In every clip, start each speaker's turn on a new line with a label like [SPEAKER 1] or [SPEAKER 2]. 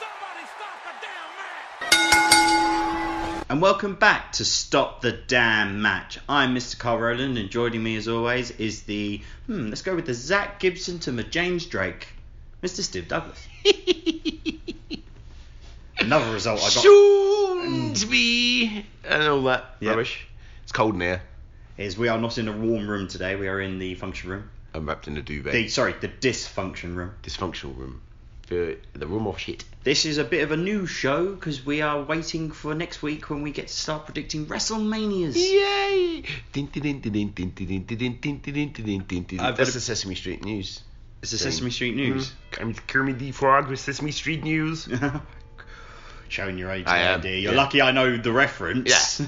[SPEAKER 1] Somebody stop the damn man!
[SPEAKER 2] And welcome back to Stop the Damn Match. I'm Mr. Carl Rowland, and joining me as always is the, hmm, let's go with the Zach Gibson to my James Drake, Mr. Steve Douglas. Another result I got
[SPEAKER 3] Shouldn't be and all that
[SPEAKER 2] Yeah.
[SPEAKER 3] rubbish. It's cold in here.
[SPEAKER 2] is we are not in a warm room today, we are in the function room.
[SPEAKER 3] I'm wrapped in a duvet.
[SPEAKER 2] The, sorry, the dysfunction room.
[SPEAKER 3] Dysfunctional room. The, the room of shit.
[SPEAKER 2] This is a bit of a new show because we are waiting for next week when we get to start predicting WrestleManias.
[SPEAKER 3] Yay! Din, din, din, din, din, din, din, din, din, din, din, din, din, din, din.
[SPEAKER 2] I've
[SPEAKER 3] That's
[SPEAKER 2] got a-
[SPEAKER 3] the Sesame Street News. Hmm.
[SPEAKER 2] It's the Sesame Street News.
[SPEAKER 3] I'm Kermit the Frog with Sesame Street News.
[SPEAKER 2] Showing your age,
[SPEAKER 3] I
[SPEAKER 2] there,
[SPEAKER 3] am,
[SPEAKER 2] dear. You're
[SPEAKER 3] yeah.
[SPEAKER 2] lucky I know the reference.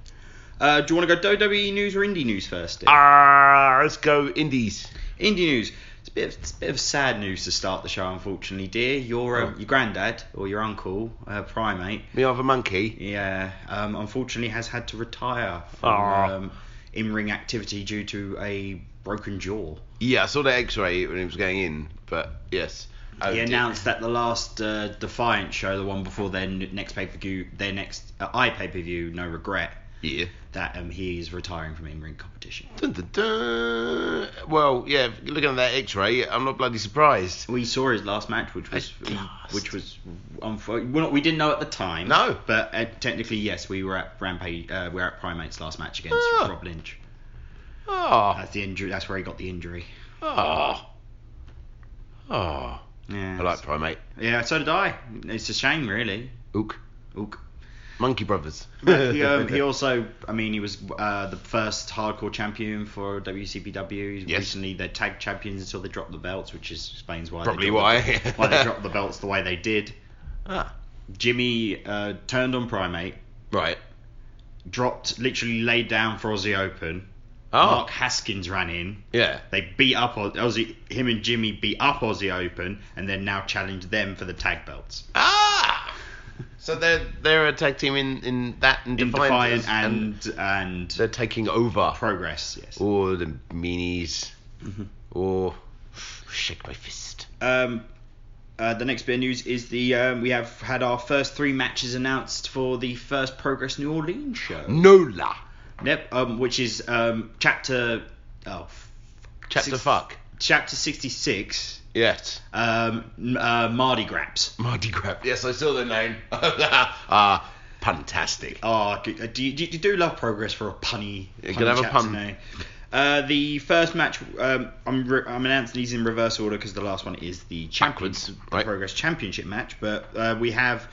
[SPEAKER 2] uh, do you want to go WWE news or indie news first? dear?
[SPEAKER 3] Ah, let's go Indies.
[SPEAKER 2] indie news. It's a, bit of, it's a bit of sad news to start the show, unfortunately, dear. Your um,
[SPEAKER 3] Oh.
[SPEAKER 2] your granddad or your uncle, uh, primate,
[SPEAKER 3] Me have a monkey.
[SPEAKER 2] yeah, um, unfortunately has had to retire
[SPEAKER 3] Aw.
[SPEAKER 2] from um, in-ring activity due to a broken jaw.
[SPEAKER 3] Yeah, I saw the X-ray when it was going in, but yes. Oh,
[SPEAKER 2] he
[SPEAKER 3] dear.
[SPEAKER 2] announced that the last uh, Defiant show, the one before their n- next pay per view, their next uh, i pay per view, No Regret,
[SPEAKER 3] Yeah.
[SPEAKER 2] that um, he's retiring from in ring competition.
[SPEAKER 3] Dun, dun, dun. Well, yeah. Looking at that X-ray, I'm not bloody surprised.
[SPEAKER 2] We saw his last match, which was
[SPEAKER 3] At last.
[SPEAKER 2] which was unfo- well, we didn't know at the time.
[SPEAKER 3] No.
[SPEAKER 2] but uh, technically yes, we were at Rampage. Uh, we were at Primate's last match against
[SPEAKER 3] Ah.
[SPEAKER 2] Rob Lynch.
[SPEAKER 3] Oh,
[SPEAKER 2] That's the injury. That's where he got the injury.
[SPEAKER 3] oh, oh.
[SPEAKER 2] Yeah,
[SPEAKER 3] I like primate.
[SPEAKER 2] yeah. So did I. It's a shame, really.
[SPEAKER 3] Ook.
[SPEAKER 2] Ook.
[SPEAKER 3] Monkey Brothers.
[SPEAKER 2] But he, um, he also, I mean, he was uh, the first hardcore champion for WCPW. He's
[SPEAKER 3] Yes.
[SPEAKER 2] Recently, they're tag champions until they dropped the belts, which is, explains why
[SPEAKER 3] Probably
[SPEAKER 2] they dropped
[SPEAKER 3] why.
[SPEAKER 2] the, why they dropped the belts the way they did.
[SPEAKER 3] ah,
[SPEAKER 2] Jimmy uh, turned on Primate,
[SPEAKER 3] right.
[SPEAKER 2] dropped, literally laid down for Aussie Open.
[SPEAKER 3] Oh,
[SPEAKER 2] Mark Haskins ran in.
[SPEAKER 3] yeah.
[SPEAKER 2] They beat up Oz- Aussie. Him and Jimmy beat up Aussie Open, and then now challenge them for the tag belts.
[SPEAKER 3] Ah. So they're they're a tag team in in that and
[SPEAKER 2] In
[SPEAKER 3] Defiance,
[SPEAKER 2] Defiant and and,
[SPEAKER 3] they're taking over.
[SPEAKER 2] Progress. Yes.
[SPEAKER 3] Or the meanies.
[SPEAKER 2] Mm-hmm.
[SPEAKER 3] Or shake my fist.
[SPEAKER 2] Um, uh, the next bit of news is the um, we have had our first three matches announced for the first Progress New Orleans show.
[SPEAKER 3] Mm. Nola.
[SPEAKER 2] Yep, um, which is um, chapter oh, f-
[SPEAKER 3] Chapter
[SPEAKER 2] Six-
[SPEAKER 3] fuck.
[SPEAKER 2] chapter sixty six.
[SPEAKER 3] Yes.
[SPEAKER 2] Um, m- uh, Mardi Graps.
[SPEAKER 3] Mardi Gras. Yes, I saw the name. ah, fantastic.
[SPEAKER 2] Oh, do, uh, do, you, do you do love Progress for a punny?
[SPEAKER 3] Yeah,
[SPEAKER 2] punny
[SPEAKER 3] can I have a
[SPEAKER 2] chapter
[SPEAKER 3] pun?
[SPEAKER 2] name? Uh, the first match, um, I'm, re- I'm announcing these in reverse order because the last one is the champion-
[SPEAKER 3] Backwards,
[SPEAKER 2] the
[SPEAKER 3] right.
[SPEAKER 2] Progress Championship match. But uh, we have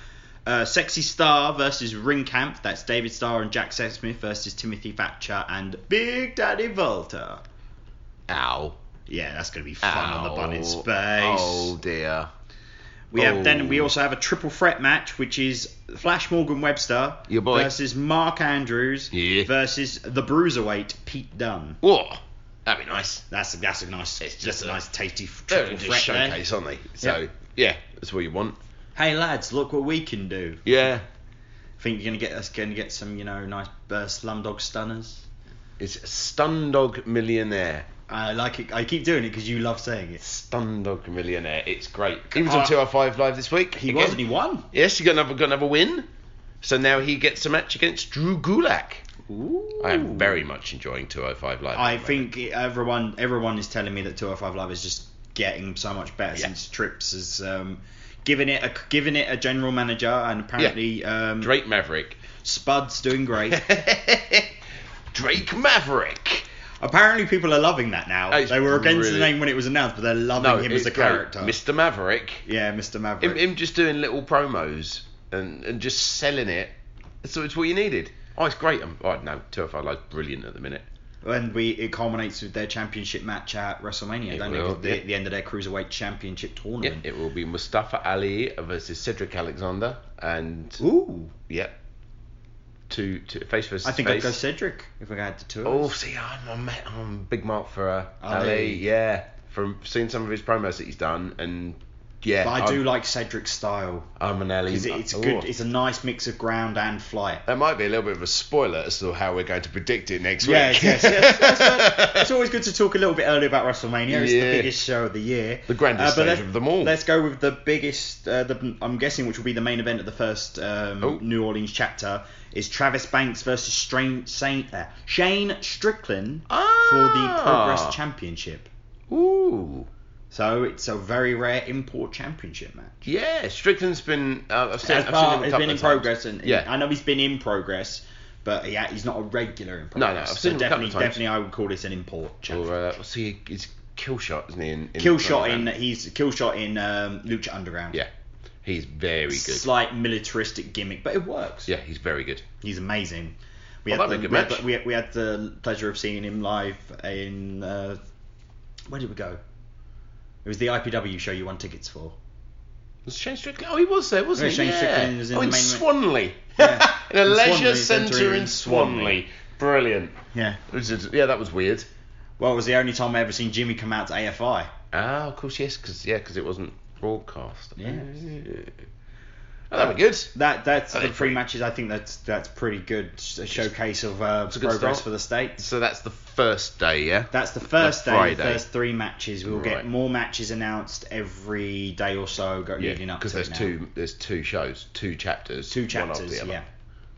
[SPEAKER 2] uh, Sexy Star versus Ring Camp. That's David Starr and Jack Sexsmith versus Timothy Thatcher and Big Daddy Volta.
[SPEAKER 3] Ow.
[SPEAKER 2] Yeah, that's going to be fun on the bun in space.
[SPEAKER 3] Oh dear.
[SPEAKER 2] we have
[SPEAKER 3] oh.
[SPEAKER 2] then we also have a triple threat match, which is Flash Morgan Webster
[SPEAKER 3] Your boy.
[SPEAKER 2] versus Mark Andrews
[SPEAKER 3] Yeah.
[SPEAKER 2] versus the Bruiserweight Pete Dunne.
[SPEAKER 3] Whoa. That'd be nice.
[SPEAKER 2] That's that's a nice,
[SPEAKER 3] It's
[SPEAKER 2] just
[SPEAKER 3] just
[SPEAKER 2] a,
[SPEAKER 3] a-
[SPEAKER 2] nice tasty f-
[SPEAKER 3] They're
[SPEAKER 2] triple
[SPEAKER 3] just
[SPEAKER 2] threat there.
[SPEAKER 3] showcase, aren't they? So yeah, that's what you want.
[SPEAKER 2] Hey lads, look what we can do.
[SPEAKER 3] Yeah.
[SPEAKER 2] Think you're gonna get us gonna get some you know nice uh, slumdog stunners.
[SPEAKER 3] It's Stundog Millionaire.
[SPEAKER 2] I like it. I keep doing it because you love saying it.
[SPEAKER 3] Stundog Millionaire. It's great. He was on
[SPEAKER 2] Uh,
[SPEAKER 3] 205 Live this week.
[SPEAKER 2] He
[SPEAKER 3] again.
[SPEAKER 2] was and he won.
[SPEAKER 3] Yes, he got another, got another win. So now he gets a match against Drew Gulak.
[SPEAKER 2] Ooh.
[SPEAKER 3] I am very much enjoying 205 Live. at
[SPEAKER 2] I
[SPEAKER 3] the moment.
[SPEAKER 2] think everyone everyone is telling me that 205 Live is just getting so much better
[SPEAKER 3] Yeah.
[SPEAKER 2] since Trips is um, giving it a giving it a general manager and apparently um,
[SPEAKER 3] Drake Maverick.
[SPEAKER 2] Spud's doing great.
[SPEAKER 3] Drake Maverick.
[SPEAKER 2] apparently people are loving that now.
[SPEAKER 3] Oh, it's
[SPEAKER 2] they were against the
[SPEAKER 3] really-
[SPEAKER 2] name when it was announced, but they're loving him as
[SPEAKER 3] it's
[SPEAKER 2] a
[SPEAKER 3] great.
[SPEAKER 2] character.
[SPEAKER 3] Mr. Maverick.
[SPEAKER 2] Yeah, Mr. Maverick.
[SPEAKER 3] Him, him just doing little promos and, and just selling it. So it's what you needed. Oh, it's great. I'm, oh, no, 205 Live's brilliant at the minute.
[SPEAKER 2] and we it culminates with their championship match at WrestleMania,
[SPEAKER 3] It
[SPEAKER 2] don't
[SPEAKER 3] will,
[SPEAKER 2] it? 'Cause The,
[SPEAKER 3] yeah.
[SPEAKER 2] the end of their cruiserweight championship
[SPEAKER 3] Yeah,
[SPEAKER 2] tournament.
[SPEAKER 3] it will be Mustafa Ali versus Cedric Alexander. And,
[SPEAKER 2] Ooh,
[SPEAKER 3] yep. Two, two, face versus
[SPEAKER 2] I think I'd
[SPEAKER 3] face.
[SPEAKER 2] go Cedric if I had the two.
[SPEAKER 3] Oh, see, I'm a, ma- I'm a big mark for uh,
[SPEAKER 2] Ali.
[SPEAKER 3] Ali. Yeah, from seeing some of his promos that he's done and Yeah,
[SPEAKER 2] But I
[SPEAKER 3] I'm-
[SPEAKER 2] do like Cedric's style.
[SPEAKER 3] I'm an Oh. alley.
[SPEAKER 2] It's, it's a
[SPEAKER 3] Ooh.
[SPEAKER 2] good. It's a nice mix of ground and flight.
[SPEAKER 3] That might be a little bit of a spoiler as to how we're going to predict it next
[SPEAKER 2] Yeah,
[SPEAKER 3] week.
[SPEAKER 2] yes, yes. That's right. it's always good to talk a little bit earlier about WrestleMania. It's
[SPEAKER 3] Yeah.
[SPEAKER 2] the biggest show of the year, Uh,
[SPEAKER 3] The grandest
[SPEAKER 2] but
[SPEAKER 3] stage
[SPEAKER 2] let-
[SPEAKER 3] of them all.
[SPEAKER 2] Let's go with the biggest. Uh, the, I'm guessing which will be the main event of the first um,
[SPEAKER 3] Oh.
[SPEAKER 2] New Orleans chapter is Travis Banks versus Strain, Saint, uh, Shane Strickland for
[SPEAKER 3] Ah.
[SPEAKER 2] the Progress Championship.
[SPEAKER 3] Ooh.
[SPEAKER 2] So it's a very rare import championship match.
[SPEAKER 3] Yeah, Strickland's been. Uh, I've seen,
[SPEAKER 2] As
[SPEAKER 3] I've
[SPEAKER 2] far-
[SPEAKER 3] seen him a
[SPEAKER 2] he's
[SPEAKER 3] couple
[SPEAKER 2] been in
[SPEAKER 3] of times.
[SPEAKER 2] progress, and
[SPEAKER 3] Yeah.
[SPEAKER 2] I know he's been in progress, but yeah, he's not a regular in
[SPEAKER 3] no,
[SPEAKER 2] progress.
[SPEAKER 3] I've
[SPEAKER 2] so
[SPEAKER 3] seen him a couple
[SPEAKER 2] definitely,
[SPEAKER 3] of times.
[SPEAKER 2] definitely, I would call this an import championship.
[SPEAKER 3] Or, uh, what's he? It's kill shot, isn't he? In, in
[SPEAKER 2] kill shot in
[SPEAKER 3] Thailand?
[SPEAKER 2] he's kill shot in um, Lucha Underground.
[SPEAKER 3] Yeah, he's very good.
[SPEAKER 2] Slight militaristic gimmick, but it works.
[SPEAKER 3] yeah, he's very good.
[SPEAKER 2] He's amazing. We
[SPEAKER 3] Well,
[SPEAKER 2] had, the,
[SPEAKER 3] that'd be a good
[SPEAKER 2] we, had
[SPEAKER 3] match.
[SPEAKER 2] the- we, had- we had the pleasure of seeing him live in uh, where did we go? It was the IPW show you won tickets for.
[SPEAKER 3] Was Shane Strickland? Oh, he was there, wasn't
[SPEAKER 2] Yeah, Shane
[SPEAKER 3] he? yeah.
[SPEAKER 2] Strickland was in
[SPEAKER 3] oh,
[SPEAKER 2] the
[SPEAKER 3] in
[SPEAKER 2] main-
[SPEAKER 3] Swanley.
[SPEAKER 2] Yeah.
[SPEAKER 3] in a
[SPEAKER 2] In Swanley,
[SPEAKER 3] leisure centre in Swanley. Brilliant.
[SPEAKER 2] Yeah.
[SPEAKER 3] It was just- yeah, that was weird.
[SPEAKER 2] Well, it was the only time I ever seen Jimmy come out to AFI.
[SPEAKER 3] Ah, of course, yes, because yeah, 'cause it wasn't broadcast.
[SPEAKER 2] Yeah.
[SPEAKER 3] Oh, that'd be good.
[SPEAKER 2] That that's
[SPEAKER 3] That
[SPEAKER 2] the
[SPEAKER 3] is
[SPEAKER 2] three
[SPEAKER 3] pretty-
[SPEAKER 2] matches. I think that's that's pretty good s- showcase of uh,
[SPEAKER 3] a good
[SPEAKER 2] progress
[SPEAKER 3] start.
[SPEAKER 2] for the states.
[SPEAKER 3] So that's the first day, yeah.
[SPEAKER 2] That's the first
[SPEAKER 3] The
[SPEAKER 2] day. The
[SPEAKER 3] Friday.
[SPEAKER 2] first three matches. We'll
[SPEAKER 3] Right.
[SPEAKER 2] get more matches announced every day or so go,
[SPEAKER 3] yeah,
[SPEAKER 2] leading up.
[SPEAKER 3] because
[SPEAKER 2] to
[SPEAKER 3] there's
[SPEAKER 2] it now.
[SPEAKER 3] two there's two shows, two chapters,
[SPEAKER 2] two
[SPEAKER 3] one after
[SPEAKER 2] chapters.
[SPEAKER 3] the other.
[SPEAKER 2] yeah,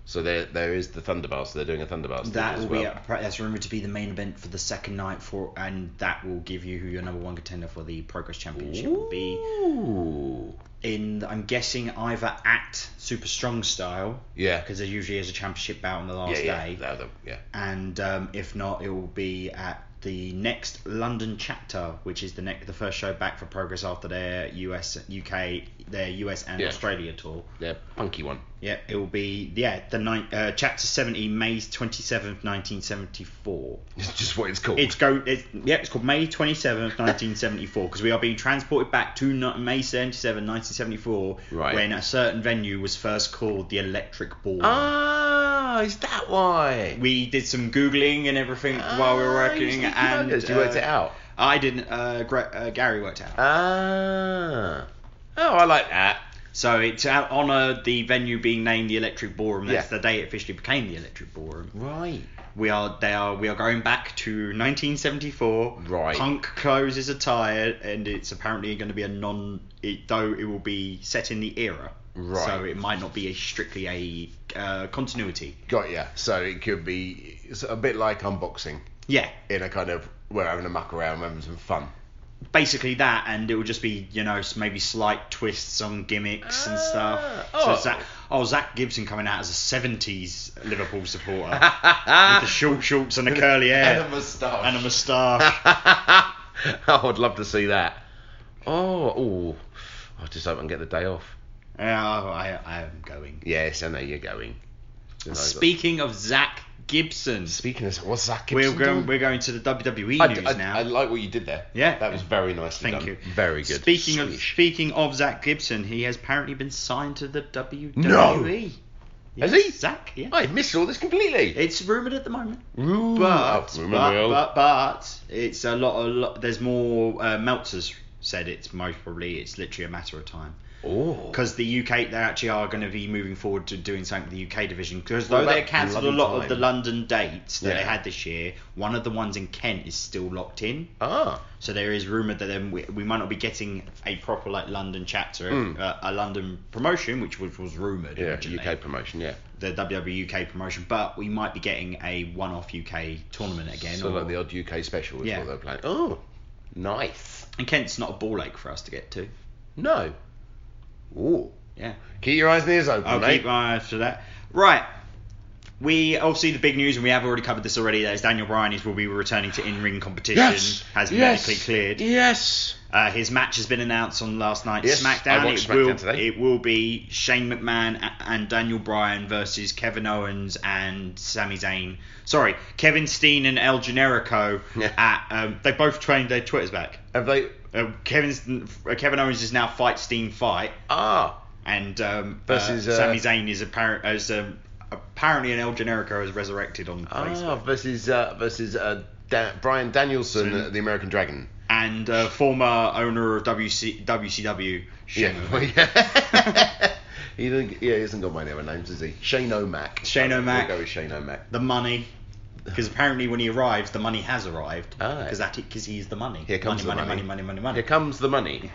[SPEAKER 3] So there there is the Thunderball. So they're doing a Thunderball. stage
[SPEAKER 2] that
[SPEAKER 3] as
[SPEAKER 2] will
[SPEAKER 3] well.
[SPEAKER 2] be a, that's rumored to be the main event for the second night for, and that will give you who your number one contender for the Progress Championship will be.
[SPEAKER 3] Ooh.
[SPEAKER 2] In I'm guessing either at Super Strong Style
[SPEAKER 3] Yeah.
[SPEAKER 2] because there usually is a championship bout on the
[SPEAKER 3] yeah,
[SPEAKER 2] last
[SPEAKER 3] yeah,
[SPEAKER 2] day,
[SPEAKER 3] that- that- yeah.
[SPEAKER 2] and um, if not, it will be at the next London chapter, which is the next the first show back for Progress after their US, UK, their US and
[SPEAKER 3] Yeah.
[SPEAKER 2] Australia tour.
[SPEAKER 3] Yeah, punky one.
[SPEAKER 2] Yeah, it will be yeah the nine, uh, chapter seventy, May twenty seventh, nineteen seventy four.
[SPEAKER 3] It's just what it's called.
[SPEAKER 2] It's go. It's, yeah, it's called May twenty seventh, nineteen seventy four, because we are being transported back to ni- May 77, 1974,
[SPEAKER 3] Right.
[SPEAKER 2] when a certain venue was first called the Electric Ball.
[SPEAKER 3] ah, is that why?
[SPEAKER 2] we did some googling and everything while we were
[SPEAKER 3] Ah, you
[SPEAKER 2] working,
[SPEAKER 3] sneaky
[SPEAKER 2] and
[SPEAKER 3] buggers, you worked
[SPEAKER 2] uh,
[SPEAKER 3] it out.
[SPEAKER 2] I didn't. Uh, Gra- uh, Gary worked it out.
[SPEAKER 3] Ah. Oh, I like that.
[SPEAKER 2] So it's out honour the venue being named the Electric Ballroom. That's
[SPEAKER 3] Yeah.
[SPEAKER 2] the day it officially became the Electric Ballroom.
[SPEAKER 3] Right.
[SPEAKER 2] We are they are we are going back to 1974.
[SPEAKER 3] Right.
[SPEAKER 2] Punk clothes is attire, and it's apparently going to be a non. It, though it will be set in the era.
[SPEAKER 3] Right.
[SPEAKER 2] So it might not be a strictly a uh, continuity.
[SPEAKER 3] Got ya. So it could be it's a bit like unboxing
[SPEAKER 2] Yeah.
[SPEAKER 3] in a kind of we're having a muck around, we're having some fun.
[SPEAKER 2] Basically that, and it will just be you know s- maybe slight twists on gimmicks and stuff.
[SPEAKER 3] Ah, oh.
[SPEAKER 2] So Zach, oh Zach Gibson coming out as a 70s Liverpool supporter with the short shorts and the curly hair
[SPEAKER 3] And a moustache.
[SPEAKER 2] and a moustache.
[SPEAKER 3] oh, I'd love to see that. Oh, oh. I just hope I can get the day off.
[SPEAKER 2] Oh, I I am going.
[SPEAKER 3] Yes, I know you're going. You know,
[SPEAKER 2] Speaking of Zach Gibson,
[SPEAKER 3] speaking of what's that?
[SPEAKER 2] we're
[SPEAKER 3] Gibson
[SPEAKER 2] going,
[SPEAKER 3] done?
[SPEAKER 2] we're going to the WWE
[SPEAKER 3] I,
[SPEAKER 2] news
[SPEAKER 3] I-
[SPEAKER 2] now.
[SPEAKER 3] I like what you did there.
[SPEAKER 2] Yeah.
[SPEAKER 3] that was very nicely
[SPEAKER 2] Thank
[SPEAKER 3] done.
[SPEAKER 2] you.
[SPEAKER 3] Very good.
[SPEAKER 2] Speaking of
[SPEAKER 3] Swish.
[SPEAKER 2] speaking of Zach Gibson, he has apparently been signed to the WWE.
[SPEAKER 3] No! Has
[SPEAKER 2] Yes,
[SPEAKER 3] he?
[SPEAKER 2] Zach, yeah.
[SPEAKER 3] I missed all this completely.
[SPEAKER 2] It's rumored at the moment, Mm.
[SPEAKER 3] Ooh,
[SPEAKER 2] but
[SPEAKER 3] oh, remember
[SPEAKER 2] but,
[SPEAKER 3] Will.
[SPEAKER 2] but but it's a lot. A lot. There's more. Uh, Meltzer's said it's most probably it's literally a matter of time.
[SPEAKER 3] oh,
[SPEAKER 2] because the UK they actually are going to be moving forward to doing something with the UK division because
[SPEAKER 3] What
[SPEAKER 2] though
[SPEAKER 3] about
[SPEAKER 2] they cancelled a
[SPEAKER 3] London
[SPEAKER 2] lot
[SPEAKER 3] time?
[SPEAKER 2] of the London dates that they
[SPEAKER 3] Yeah.
[SPEAKER 2] had this year, one of the ones in Kent is still locked in.
[SPEAKER 3] ah,
[SPEAKER 2] So there is rumour that then we, we might not be getting a proper like London chapter, uh, a London promotion, which was, was rumoured
[SPEAKER 3] Hmm. yeah,
[SPEAKER 2] originally,
[SPEAKER 3] UK promotion, yeah.
[SPEAKER 2] the WWE UK promotion, but we might be getting a one-off UK tournament again.
[SPEAKER 3] So
[SPEAKER 2] or-
[SPEAKER 3] like the odd UK special is
[SPEAKER 2] Yeah.
[SPEAKER 3] what they're playing. Oh, nice.
[SPEAKER 2] and Kent's not a ball ache for us to get to.
[SPEAKER 3] No. Ooh.
[SPEAKER 2] Yeah.
[SPEAKER 3] Keep your eyes and ears open,
[SPEAKER 2] I'll
[SPEAKER 3] mate.
[SPEAKER 2] keep my eyes for that. Right. We obviously the big news, and we have already covered this already. That is Daniel Bryan is will be returning to in-ring competition.
[SPEAKER 3] yes.
[SPEAKER 2] Has been
[SPEAKER 3] yes.
[SPEAKER 2] medically cleared.
[SPEAKER 3] Yes.
[SPEAKER 2] Uh, his match has been announced on last night's
[SPEAKER 3] Yes,
[SPEAKER 2] SmackDown.
[SPEAKER 3] I watched
[SPEAKER 2] it will
[SPEAKER 3] SmackDown today.
[SPEAKER 2] it will be Shane McMahon a- and Daniel Bryan versus Kevin Owens and Sami Zayn. Sorry, Kevin Steen and El Generico.
[SPEAKER 3] Yeah.
[SPEAKER 2] At um, they both trained their Twitters back.
[SPEAKER 3] Have they?
[SPEAKER 2] Uh, Kevin's uh, Kevin Owens is now fight Steen fight
[SPEAKER 3] Ah.
[SPEAKER 2] and um,
[SPEAKER 3] Versus,
[SPEAKER 2] uh,
[SPEAKER 3] uh,
[SPEAKER 2] Sami Zayn is apparent as um, apparently an El Generico is resurrected on
[SPEAKER 3] Ah.
[SPEAKER 2] Facebook,
[SPEAKER 3] Versus uh, versus uh, da- Brian Danielson, uh, the American Dragon.
[SPEAKER 2] and uh, former owner of WC, WCW. Shane
[SPEAKER 3] Yeah.
[SPEAKER 2] O'Mac.
[SPEAKER 3] yeah. he didn't, yeah, he hasn't got many other names, has he? Shane O'Mac.
[SPEAKER 2] Shane O'Mac.
[SPEAKER 3] We'll go with Shane O'Mac.
[SPEAKER 2] The money. Because apparently when he arrives, the money has arrived.
[SPEAKER 3] Ah.
[SPEAKER 2] Because that because he's the money.
[SPEAKER 3] Here comes
[SPEAKER 2] money,
[SPEAKER 3] the
[SPEAKER 2] money, money,
[SPEAKER 3] money.
[SPEAKER 2] money, money,
[SPEAKER 3] Here comes the money.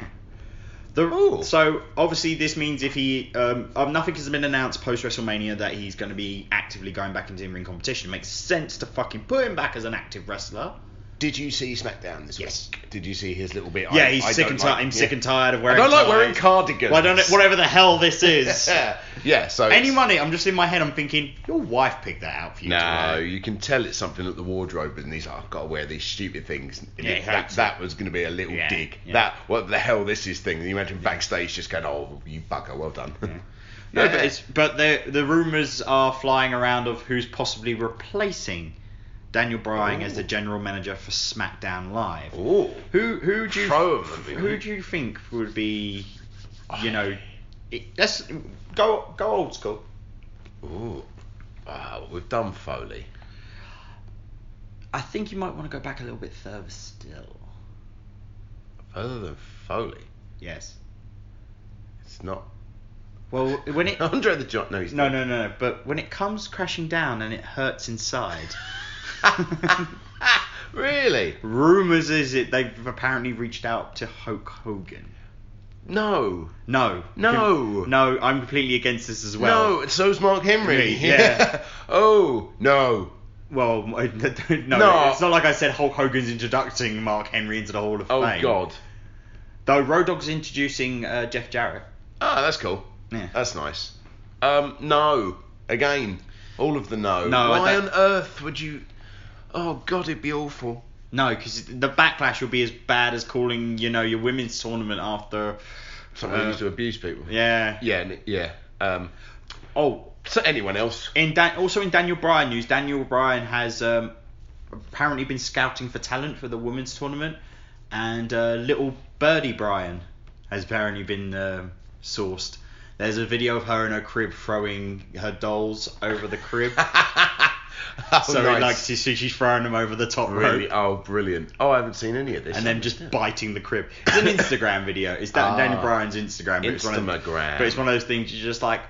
[SPEAKER 2] The,
[SPEAKER 3] Ooh.
[SPEAKER 2] So obviously this means if he um, um, nothing has been announced post WrestleMania that he's going to be actively going back into in-ring competition. makes sense to fucking put him back as an active wrestler.
[SPEAKER 3] Did you see SmackDown this
[SPEAKER 2] Yes.
[SPEAKER 3] week? Did you see his little bit?
[SPEAKER 2] yeah,
[SPEAKER 3] I-
[SPEAKER 2] he's
[SPEAKER 3] I
[SPEAKER 2] sick
[SPEAKER 3] don't
[SPEAKER 2] and
[SPEAKER 3] like-
[SPEAKER 2] tired. I'm
[SPEAKER 3] yeah.
[SPEAKER 2] sick and tired of
[SPEAKER 3] I
[SPEAKER 2] wearing.
[SPEAKER 3] don't like wearing
[SPEAKER 2] ties.
[SPEAKER 3] cardigans.
[SPEAKER 2] Well, I don't know, whatever the hell this is.
[SPEAKER 3] yeah, so
[SPEAKER 2] Any
[SPEAKER 3] it's-
[SPEAKER 2] money? I'm just in my head. I'm thinking your wife picked that out for you. to
[SPEAKER 3] No,
[SPEAKER 2] wear.
[SPEAKER 3] you can tell it's something at the wardrobe, and he's like, I've got to wear these stupid things. And
[SPEAKER 2] Yeah,
[SPEAKER 3] it-
[SPEAKER 2] he
[SPEAKER 3] that,
[SPEAKER 2] hates it.
[SPEAKER 3] that was going to be a little
[SPEAKER 2] Yeah,
[SPEAKER 3] dig.
[SPEAKER 2] yeah.
[SPEAKER 3] That, what the hell this is thing. And you went in backstage just going, oh, you bugger, well done.
[SPEAKER 2] No, but it's but the the rumors are flying around of who's possibly replacing Daniel Bryan as the
[SPEAKER 3] Ooh.
[SPEAKER 2] general manager for SmackDown Live.
[SPEAKER 3] Ooh.
[SPEAKER 2] Who who do you
[SPEAKER 3] Throw 'em at me,
[SPEAKER 2] who
[SPEAKER 3] mate.
[SPEAKER 2] do you think would be, you know, it, let's go go old school.
[SPEAKER 3] Ooh. Ah, we've done Foley.
[SPEAKER 2] I think you might want to go back a little bit further still.
[SPEAKER 3] Further than Foley.
[SPEAKER 2] Yes.
[SPEAKER 3] It's not.
[SPEAKER 2] Well, when it
[SPEAKER 3] Andre the Giant. No, he's
[SPEAKER 2] no
[SPEAKER 3] not.
[SPEAKER 2] no no, but when it comes crashing down and it hurts inside.
[SPEAKER 3] really?
[SPEAKER 2] Rumors is it they've apparently reached out to Hulk Hogan.
[SPEAKER 3] No.
[SPEAKER 2] No.
[SPEAKER 3] No.
[SPEAKER 2] No, I'm completely against this as well.
[SPEAKER 3] no, so's Mark Henry.
[SPEAKER 2] Me, yeah.
[SPEAKER 3] oh, no.
[SPEAKER 2] Well, no,
[SPEAKER 3] No.
[SPEAKER 2] It's not like I said Hulk Hogan's introducing Mark Henry into the Hall of
[SPEAKER 3] Oh,
[SPEAKER 2] Fame.
[SPEAKER 3] God.
[SPEAKER 2] Though Road Dogg's introducing uh, Jeff Jarrett.
[SPEAKER 3] Ah, that's cool.
[SPEAKER 2] Yeah.
[SPEAKER 3] That's nice. Um, no. Again, all of the no.
[SPEAKER 2] No, I
[SPEAKER 3] Why
[SPEAKER 2] don't-
[SPEAKER 3] on earth would you? Oh God, it'd be awful.
[SPEAKER 2] No, because the backlash will be as bad as calling, you know, your women's tournament after.
[SPEAKER 3] Someone
[SPEAKER 2] Uh,
[SPEAKER 3] used to abuse people.
[SPEAKER 2] Yeah.
[SPEAKER 3] Yeah. n- Yeah. Um.
[SPEAKER 2] Oh,
[SPEAKER 3] So anyone else?
[SPEAKER 2] in Dan- also in Daniel Bryan news, Daniel Bryan has um, apparently been scouting for talent for the women's tournament, and uh, little Birdie Bryan has apparently been um sourced. There's a video of her in her crib throwing her dolls over the crib.
[SPEAKER 3] oh,
[SPEAKER 2] so
[SPEAKER 3] nice.
[SPEAKER 2] like she, she- she's throwing them over the top
[SPEAKER 3] really.
[SPEAKER 2] rope
[SPEAKER 3] Oh, brilliant. Oh, I haven't seen any of this.
[SPEAKER 2] and then just biting the crib. It's an Instagram video. It's that
[SPEAKER 3] Ah.
[SPEAKER 2] Daniel Bryan's Instagram. But it's one of,
[SPEAKER 3] Instagram.
[SPEAKER 2] but it's one of those things you're just like,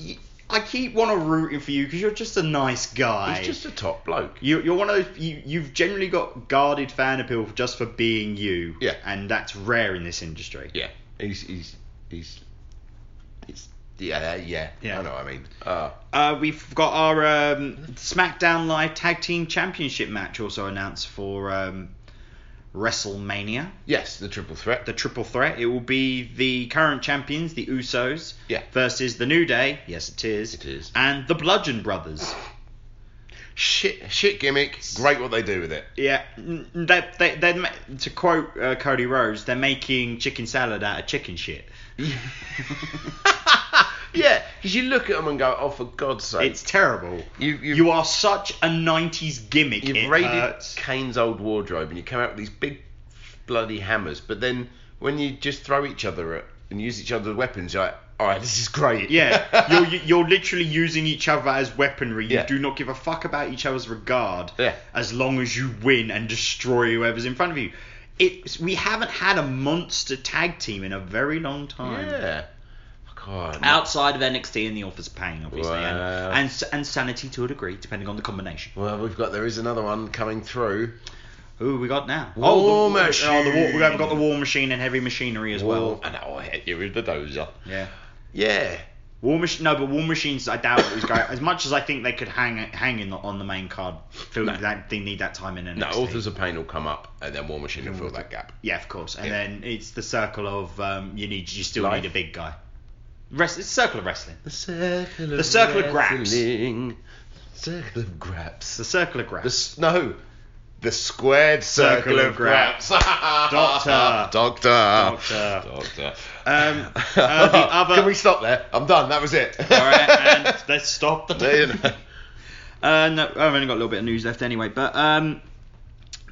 [SPEAKER 2] y- I keep want to rooting for you because you're just a nice guy.
[SPEAKER 3] He's just a top bloke.
[SPEAKER 2] You, you're one of those. You, you've generally got guarded fan appeal just for being you.
[SPEAKER 3] Yeah.
[SPEAKER 2] And that's rare in this industry.
[SPEAKER 3] Yeah. He's he's he's. he's yeah, yeah,
[SPEAKER 2] Yeah.
[SPEAKER 3] I know what I mean. Uh,
[SPEAKER 2] Uh, we've got our um, SmackDown Live Tag Team Championship match also announced for um, WrestleMania,
[SPEAKER 3] yes, the triple threat.
[SPEAKER 2] the Triple Threat. It will be the current champions, the Usos,
[SPEAKER 3] Yeah.
[SPEAKER 2] versus the New Day. Yes, it is.
[SPEAKER 3] It is.
[SPEAKER 2] And the Bludgeon Brothers.
[SPEAKER 3] Shit, shit gimmick. Great what they do with it.
[SPEAKER 2] Yeah, n- they, they, they're, ma- to quote uh, Cody Rhodes, they're making chicken salad out of chicken shit.
[SPEAKER 3] Yeah, because you look at them and go, oh, for God's sake.
[SPEAKER 2] It's terrible.
[SPEAKER 3] you, you've,
[SPEAKER 2] You are such a 90s gimmick.
[SPEAKER 3] you've
[SPEAKER 2] it
[SPEAKER 3] raided
[SPEAKER 2] hurts.
[SPEAKER 3] Kane's old wardrobe and you come out with these big bloody hammers, but then when you just throw each other at, and use each other as weapons, you're like, all right, this is great.
[SPEAKER 2] Yeah, you're you- you're literally using each other as weaponry. You
[SPEAKER 3] Yeah.
[SPEAKER 2] do not give a fuck about each other's regard.
[SPEAKER 3] Yeah.
[SPEAKER 2] As long as you win and destroy whoever's in front of you. It's we haven't had a monster tag team in a very long time.
[SPEAKER 3] Yeah. God.
[SPEAKER 2] Outside of NXT and the Office of Pain, obviously,
[SPEAKER 3] Wow.
[SPEAKER 2] and, and and Sanity to a degree, depending on the combination.
[SPEAKER 3] Well, we've got, there is another one coming through.
[SPEAKER 2] Who we got now?
[SPEAKER 3] War
[SPEAKER 2] oh, the,
[SPEAKER 3] Machine.
[SPEAKER 2] Oh, the war, we haven't got the War Machine and Heavy Machinery as well.
[SPEAKER 3] and I'll hit you with the dozer.
[SPEAKER 2] Yeah.
[SPEAKER 3] Yeah.
[SPEAKER 2] War Machine, no, but War Machines, I doubt it was going. as much as I think they could hang hang in the, on the main card, feel
[SPEAKER 3] No.
[SPEAKER 2] that they need that time in NXT.
[SPEAKER 3] No, Authors of Pain will come up, and then War Machine will fill that gap.
[SPEAKER 2] Yeah, of course. And
[SPEAKER 3] Yeah.
[SPEAKER 2] then it's the circle of um, you need you still
[SPEAKER 3] Life.
[SPEAKER 2] need a big guy. Rest, it's circle of wrestling.
[SPEAKER 3] The circle of
[SPEAKER 2] The circle of graps.
[SPEAKER 3] wrestling. Circle of graps.
[SPEAKER 2] It's the circle of grass.
[SPEAKER 3] The s- no, the squared circle,
[SPEAKER 2] Circle
[SPEAKER 3] of
[SPEAKER 2] of graps.
[SPEAKER 3] graps.
[SPEAKER 2] Doctor.
[SPEAKER 3] Doctor.
[SPEAKER 2] Doctor.
[SPEAKER 3] Doctor.
[SPEAKER 2] Um, uh, the other.
[SPEAKER 3] Can we stop there? I'm done. That was it.
[SPEAKER 2] All right, and let's stop the.
[SPEAKER 3] There you go.
[SPEAKER 2] Uh, no, I've only got a little bit of news left anyway. But um,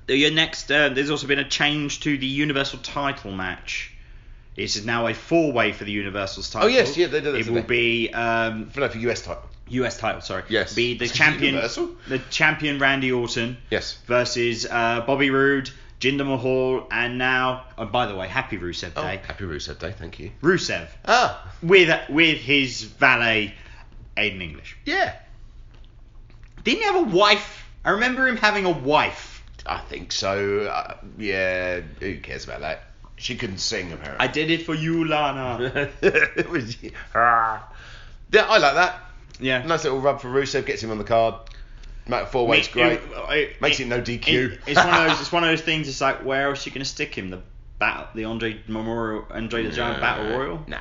[SPEAKER 2] the- your next, uh, there's also been a change to the Universal title match. This is now a four-way for the Universal's title.
[SPEAKER 3] Oh, yes, yeah, they did that
[SPEAKER 2] It
[SPEAKER 3] today.
[SPEAKER 2] will be um,
[SPEAKER 3] For, no, for US title.
[SPEAKER 2] U.S. title, sorry.
[SPEAKER 3] Yes.
[SPEAKER 2] Be the champion,
[SPEAKER 3] Universal?
[SPEAKER 2] the champion Randy Orton
[SPEAKER 3] Yes.
[SPEAKER 2] versus uh, Bobby Roode, Jinder Mahal, and now, oh, by the way, happy Rusev
[SPEAKER 3] Oh,
[SPEAKER 2] Day.
[SPEAKER 3] happy Rusev Day, thank you.
[SPEAKER 2] Rusev
[SPEAKER 3] Ah,
[SPEAKER 2] with with his valet, Aiden English.
[SPEAKER 3] yeah.
[SPEAKER 2] Didn't he have a wife? I remember him having a wife.
[SPEAKER 3] I think so. Uh, yeah, who cares about that? She couldn't sing,
[SPEAKER 2] I
[SPEAKER 3] apparently.
[SPEAKER 2] did it for you, Lana.
[SPEAKER 3] It was- ah. yeah, I like that.
[SPEAKER 2] Yeah.
[SPEAKER 3] Nice little rub for Rusev, gets him on the card. Matt Four Way's
[SPEAKER 2] It-
[SPEAKER 3] great.
[SPEAKER 2] it-
[SPEAKER 3] Makes
[SPEAKER 2] it-
[SPEAKER 3] it no DQ.
[SPEAKER 2] it- it's one of those. It's one of those things. It's like where else are you gonna stick him? The battle, the Andre Memorial, Andre the Giant Battle Royal.
[SPEAKER 3] Nah.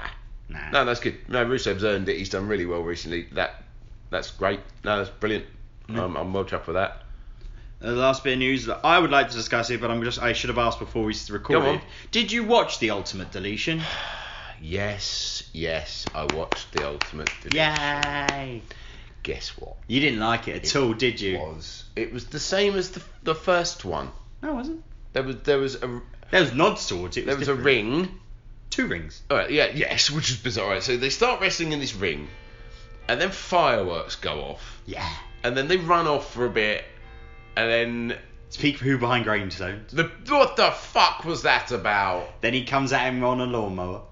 [SPEAKER 2] Nah.
[SPEAKER 3] No, that's good. No, Rusev's earned it. He's done really well recently. That, that's great. No, that's brilliant.
[SPEAKER 2] Mm.
[SPEAKER 3] I'm, I'm well chuffed with that.
[SPEAKER 2] The last bit of news that I would like to discuss here, but I'm just I should have asked before we
[SPEAKER 3] Go
[SPEAKER 2] recorded.
[SPEAKER 3] on.
[SPEAKER 2] Did you watch the Ultimate Deletion?
[SPEAKER 3] Yes, yes, I watched the Ultimate. Deletion.
[SPEAKER 2] Yay!
[SPEAKER 3] Guess what?
[SPEAKER 2] You didn't like it at all, did you?
[SPEAKER 3] Was it was the same as the the first one.
[SPEAKER 2] No, it wasn't.
[SPEAKER 3] There was there was a
[SPEAKER 2] There was nods towards it. it
[SPEAKER 3] there was a
[SPEAKER 2] different.
[SPEAKER 3] ring.
[SPEAKER 2] Two rings.
[SPEAKER 3] All right, yeah, yes, which was bizarre. All right, so they start wrestling in this ring, and then fireworks go off,
[SPEAKER 2] Yeah.
[SPEAKER 3] and then they run off for a bit, and then
[SPEAKER 2] It's Peekaboo behind gravestones.
[SPEAKER 3] the what the fuck was that about?
[SPEAKER 2] Then he comes at him on a lawnmower.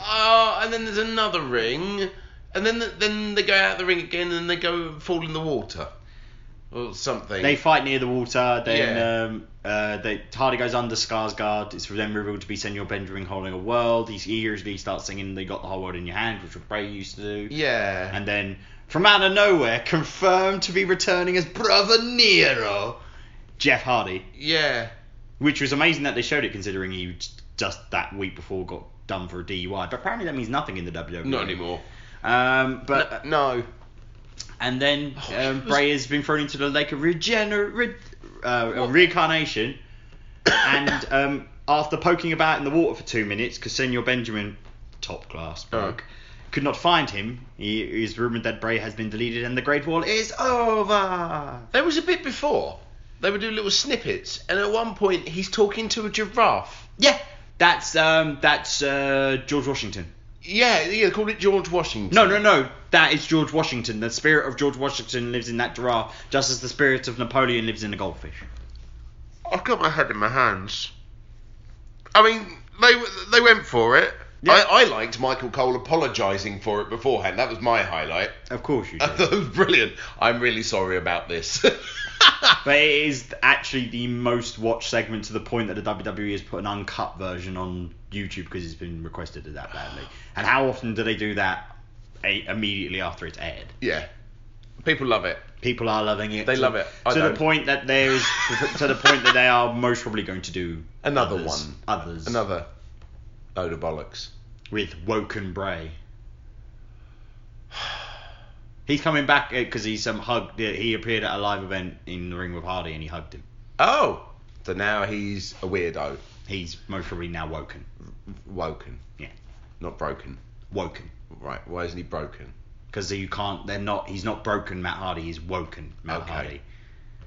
[SPEAKER 3] Oh, and then there's another ring, and then then they go out the ring again, and they go and fall in the water, or something.
[SPEAKER 2] They fight near the water. Then
[SPEAKER 3] Yeah.
[SPEAKER 2] um, uh, they, Hardy goes under Skarsgård. It's then revealed to be Senor Benjamin holding a world. He's ears. He starts singing "They Got the Whole World in Your Hand," which Bray used to do.
[SPEAKER 3] yeah.
[SPEAKER 2] And then, from out of nowhere, confirmed to be returning as Brother Nero, Jeff Hardy.
[SPEAKER 3] yeah.
[SPEAKER 2] Which was amazing that they showed it considering he just that week before got done for a DUI. But apparently that means nothing in the WWE.
[SPEAKER 3] Not anymore.
[SPEAKER 2] Um, but
[SPEAKER 3] But no.
[SPEAKER 2] and then
[SPEAKER 3] Oh,
[SPEAKER 2] um,
[SPEAKER 3] it was-
[SPEAKER 2] Bray has been thrown into the lake of regener- re- uh, uh, reincarnation, and um, after poking about in the water for two minutes, because Senor Benjamin, top class
[SPEAKER 3] Oh.
[SPEAKER 2] bloke, could not find him. He it is rumored that Bray has been deleted and the Great Wall is over.
[SPEAKER 3] There was a bit before. They would do little snippets, and at one point he's talking to a giraffe.
[SPEAKER 2] Yeah, that's um, that's uh, George Washington.
[SPEAKER 3] Yeah, yeah, they called it George Washington.
[SPEAKER 2] No, no, no. That is George Washington. The spirit of George Washington lives in that giraffe, just as the spirit of Napoleon lives in the goldfish.
[SPEAKER 3] I've got my head in my hands. I mean, they they went for it.
[SPEAKER 2] Yeah.
[SPEAKER 3] I, I liked Michael Cole apologising for it beforehand. That was my highlight.
[SPEAKER 2] Of course you
[SPEAKER 3] I
[SPEAKER 2] do.
[SPEAKER 3] thought it was brilliant. I'm really sorry about this.
[SPEAKER 2] But it is actually the most watched segment to the point that the WWE has put an uncut version on YouTube because it's been requested that badly. And how often do they do that a- immediately after it's aired?
[SPEAKER 3] yeah, people love it.
[SPEAKER 2] People are loving it.
[SPEAKER 3] They
[SPEAKER 2] to-
[SPEAKER 3] love it. I
[SPEAKER 2] to the
[SPEAKER 3] don't.
[SPEAKER 2] point that there is to the point that they are most probably going to do
[SPEAKER 3] Another
[SPEAKER 2] others-
[SPEAKER 3] one.
[SPEAKER 2] Others.
[SPEAKER 3] Another load of bollocks.
[SPEAKER 2] with Woken Bray. He's coming back because he's um, hugged. He appeared at a live event in the ring with Hardy and he hugged him.
[SPEAKER 3] Oh, so now he's a weirdo,
[SPEAKER 2] He's most probably now woken.
[SPEAKER 3] woken,
[SPEAKER 2] Yeah,
[SPEAKER 3] not broken.
[SPEAKER 2] woken.
[SPEAKER 3] Right? Why isn't he broken?
[SPEAKER 2] because you can't. They're not. He's not broken. Matt Hardy. He's woken. Matt
[SPEAKER 3] Okay.
[SPEAKER 2] Hardy.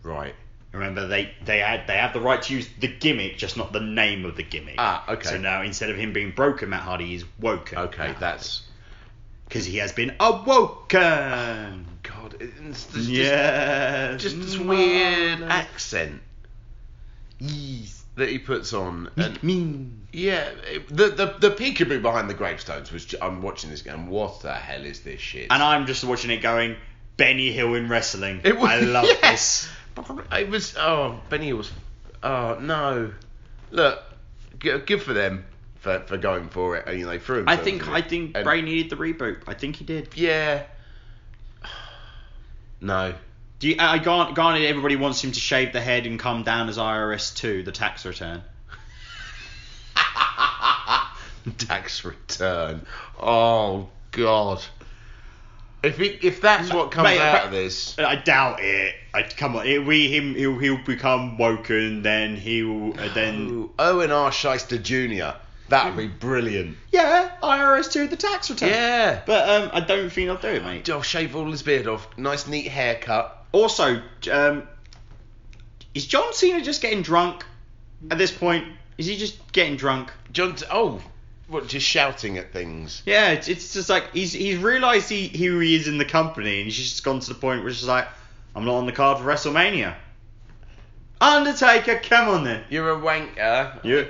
[SPEAKER 3] Right.
[SPEAKER 2] Remember, they they had they have the right to use the gimmick, just not the name of the gimmick.
[SPEAKER 3] Ah, okay.
[SPEAKER 2] So now instead of him being broken, Matt Hardy is woken.
[SPEAKER 3] Okay, that's
[SPEAKER 2] because he has been awoken.
[SPEAKER 3] God. It's just,
[SPEAKER 2] Yeah.
[SPEAKER 3] just this weird accent that he puts on. And
[SPEAKER 2] mean.
[SPEAKER 3] yeah, it- the the the peekaboo behind the gravestones was. ju- I'm watching this and what the hell is this shit?
[SPEAKER 2] And I'm just watching it going. Benny Hill in wrestling.
[SPEAKER 3] It was-
[SPEAKER 2] I love
[SPEAKER 3] yes.
[SPEAKER 2] this.
[SPEAKER 3] It was oh Benny was oh no, look, g- good for them for, for going for it. And you know, they threw.
[SPEAKER 2] I
[SPEAKER 3] themselves
[SPEAKER 2] think
[SPEAKER 3] in
[SPEAKER 2] I
[SPEAKER 3] it.
[SPEAKER 2] think
[SPEAKER 3] And-
[SPEAKER 2] Bray needed the reboot. I think he did.
[SPEAKER 3] Yeah. No.
[SPEAKER 2] Do you, I grant, granted, everybody wants him to shave the head and come down as IRS two, the tax return.
[SPEAKER 3] Tax return. Oh God. If it, if that's what comes
[SPEAKER 2] Mate,
[SPEAKER 3] out
[SPEAKER 2] but-
[SPEAKER 3] of this,
[SPEAKER 2] I doubt it. I come on, it, we him he'll, he'll become woken, then he'll uh, then
[SPEAKER 3] Ooh, Owen R. Shyster Jr. That'd
[SPEAKER 2] Mm.
[SPEAKER 3] be brilliant.
[SPEAKER 2] yeah, IRS two, the tax return.
[SPEAKER 3] Yeah.
[SPEAKER 2] but um, I don't think I'll do it, mate.
[SPEAKER 3] I'll shave all his beard off. Nice neat haircut.
[SPEAKER 2] Also, um, is John Cena just getting drunk at this point? Is he just getting drunk?
[SPEAKER 3] John. Oh, what? Just shouting at things.
[SPEAKER 2] Yeah, it's, it's just like he's he's realised he who he is in the company, and he's just gone to the point where it's just like, I'm not on the card for WrestleMania. Undertaker, come on then.
[SPEAKER 3] You're a wanker.
[SPEAKER 2] You,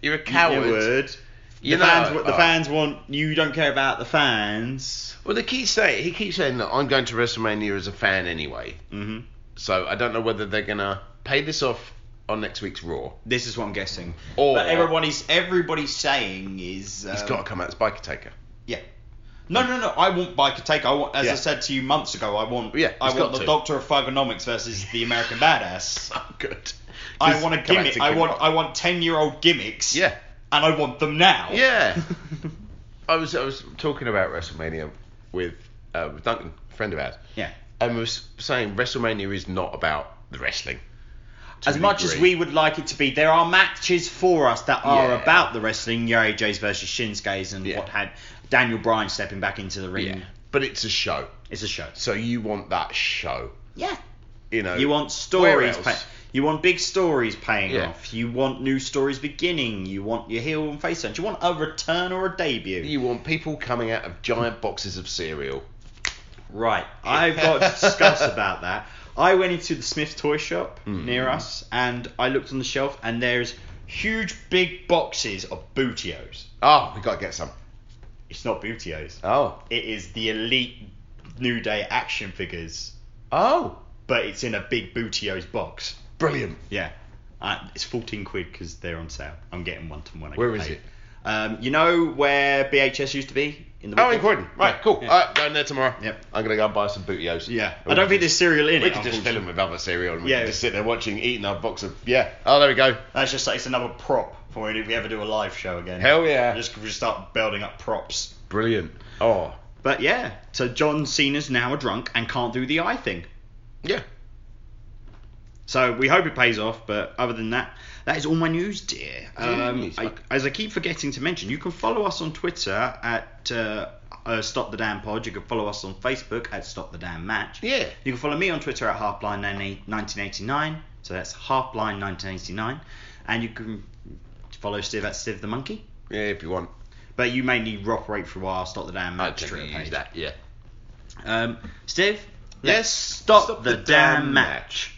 [SPEAKER 3] You're a coward.
[SPEAKER 2] You would.
[SPEAKER 3] You
[SPEAKER 2] the fans,
[SPEAKER 3] know,
[SPEAKER 2] want- the
[SPEAKER 3] uh,
[SPEAKER 2] fans want you. Don't care about the fans.
[SPEAKER 3] Well, they keep saying he keeps saying that I'm going to WrestleMania as a fan anyway.
[SPEAKER 2] hmm
[SPEAKER 3] So I don't know whether they're gonna pay this off on next week's Raw.
[SPEAKER 2] This is what I'm guessing.
[SPEAKER 3] Or-
[SPEAKER 2] but everybody's everybody's saying is um,
[SPEAKER 3] He's got to come out as Biker Taker.
[SPEAKER 2] Yeah. No, no, no. I want Biker Taker. I want, as
[SPEAKER 3] Yeah.
[SPEAKER 2] I said to you months ago, I want.
[SPEAKER 3] Yeah,
[SPEAKER 2] I
[SPEAKER 3] he's
[SPEAKER 2] want
[SPEAKER 3] got
[SPEAKER 2] the
[SPEAKER 3] to.
[SPEAKER 2] Doctor of Thugonomics versus the American Badass.
[SPEAKER 3] So good.
[SPEAKER 2] I
[SPEAKER 3] Just
[SPEAKER 2] want a
[SPEAKER 3] come out
[SPEAKER 2] gimmick.
[SPEAKER 3] to
[SPEAKER 2] I
[SPEAKER 3] kick
[SPEAKER 2] want.
[SPEAKER 3] off.
[SPEAKER 2] I want ten-year-old gimmicks.
[SPEAKER 3] Yeah.
[SPEAKER 2] And I want them now.
[SPEAKER 3] Yeah. I was I was talking about WrestleMania with uh, with Duncan, a friend of ours,
[SPEAKER 2] yeah.
[SPEAKER 3] and we was saying WrestleMania is not about the wrestling. to
[SPEAKER 2] as
[SPEAKER 3] a
[SPEAKER 2] much as
[SPEAKER 3] degree.
[SPEAKER 2] we would like it to be, there are matches for us that are
[SPEAKER 3] Yeah.
[SPEAKER 2] about the wrestling. Your AJ's versus Shinsuke's and
[SPEAKER 3] Yeah.
[SPEAKER 2] what had Daniel Bryan stepping back into the ring.
[SPEAKER 3] Yeah. But it's a show,
[SPEAKER 2] It's a show.
[SPEAKER 3] so you want that show.
[SPEAKER 2] Yeah.
[SPEAKER 3] You know.
[SPEAKER 2] You want
[SPEAKER 3] Where
[SPEAKER 2] stories.
[SPEAKER 3] else?
[SPEAKER 2] Pay- you want big stories paying
[SPEAKER 3] Yeah.
[SPEAKER 2] off. You want new stories beginning. You want your heel and face turns. You want a return or a debut.
[SPEAKER 3] You want people coming out of giant boxes of cereal.
[SPEAKER 2] Right. I've got to discuss about that. I went into the Smith toy shop
[SPEAKER 3] Hmm.
[SPEAKER 2] near us and I looked on the shelf and there's huge big boxes of Bootios.
[SPEAKER 3] Oh, we gotta get some.
[SPEAKER 2] It's not Bootios.
[SPEAKER 3] Oh.
[SPEAKER 2] It is the Elite New Day action figures,
[SPEAKER 3] Oh.
[SPEAKER 2] but it's in a big Bootios box.
[SPEAKER 3] Brilliant.
[SPEAKER 2] Yeah. Uh, it's 14 quid because they're on sale. I'm getting one to when I
[SPEAKER 3] Where
[SPEAKER 2] get
[SPEAKER 3] is
[SPEAKER 2] paid.
[SPEAKER 3] it?
[SPEAKER 2] Um, you know where BHS used to be? In the
[SPEAKER 3] Oh, in
[SPEAKER 2] weekend?
[SPEAKER 3] Croydon. Right,
[SPEAKER 2] Yeah.
[SPEAKER 3] cool.
[SPEAKER 2] Yeah.
[SPEAKER 3] All right, going there tomorrow.
[SPEAKER 2] Yep.
[SPEAKER 3] I'm gonna go and buy some bootios.
[SPEAKER 2] Yeah.
[SPEAKER 3] We
[SPEAKER 2] I don't
[SPEAKER 3] can
[SPEAKER 2] think
[SPEAKER 3] just-
[SPEAKER 2] there's cereal in
[SPEAKER 3] We
[SPEAKER 2] it.
[SPEAKER 3] could just fill
[SPEAKER 2] unfortunately.
[SPEAKER 3] them with other cereal and we
[SPEAKER 2] Yeah.
[SPEAKER 3] could just sit there watching, eating our box of yeah. Oh, there we go.
[SPEAKER 2] That's just like, it's another prop for it if we ever do a live show again.
[SPEAKER 3] Hell yeah.
[SPEAKER 2] Just we start building up props.
[SPEAKER 3] Brilliant. Oh.
[SPEAKER 2] But yeah, so John Cena's now a drunk and can't do the eye thing.
[SPEAKER 3] Yeah.
[SPEAKER 2] So we hope it pays off. But other than that, that is all my news, dear. Um,
[SPEAKER 3] Jeez.
[SPEAKER 2] I, as I keep forgetting to mention, you can follow us on Twitter at uh, uh, Stop the Damn Pod. You can follow us on Facebook at Stop the Damn Match.
[SPEAKER 3] Yeah.
[SPEAKER 2] You can follow me on Twitter at Halfblind1989. So that's Halfblind1989. And you can follow Steve at Steve the Monkey.
[SPEAKER 3] Yeah, if you want.
[SPEAKER 2] But you mainly operate for a while, Stop the Damn Match Twitter
[SPEAKER 3] you
[SPEAKER 2] page.
[SPEAKER 3] Yeah.
[SPEAKER 2] Um, Steve,
[SPEAKER 3] Yes,
[SPEAKER 2] let's stop, the, damn match.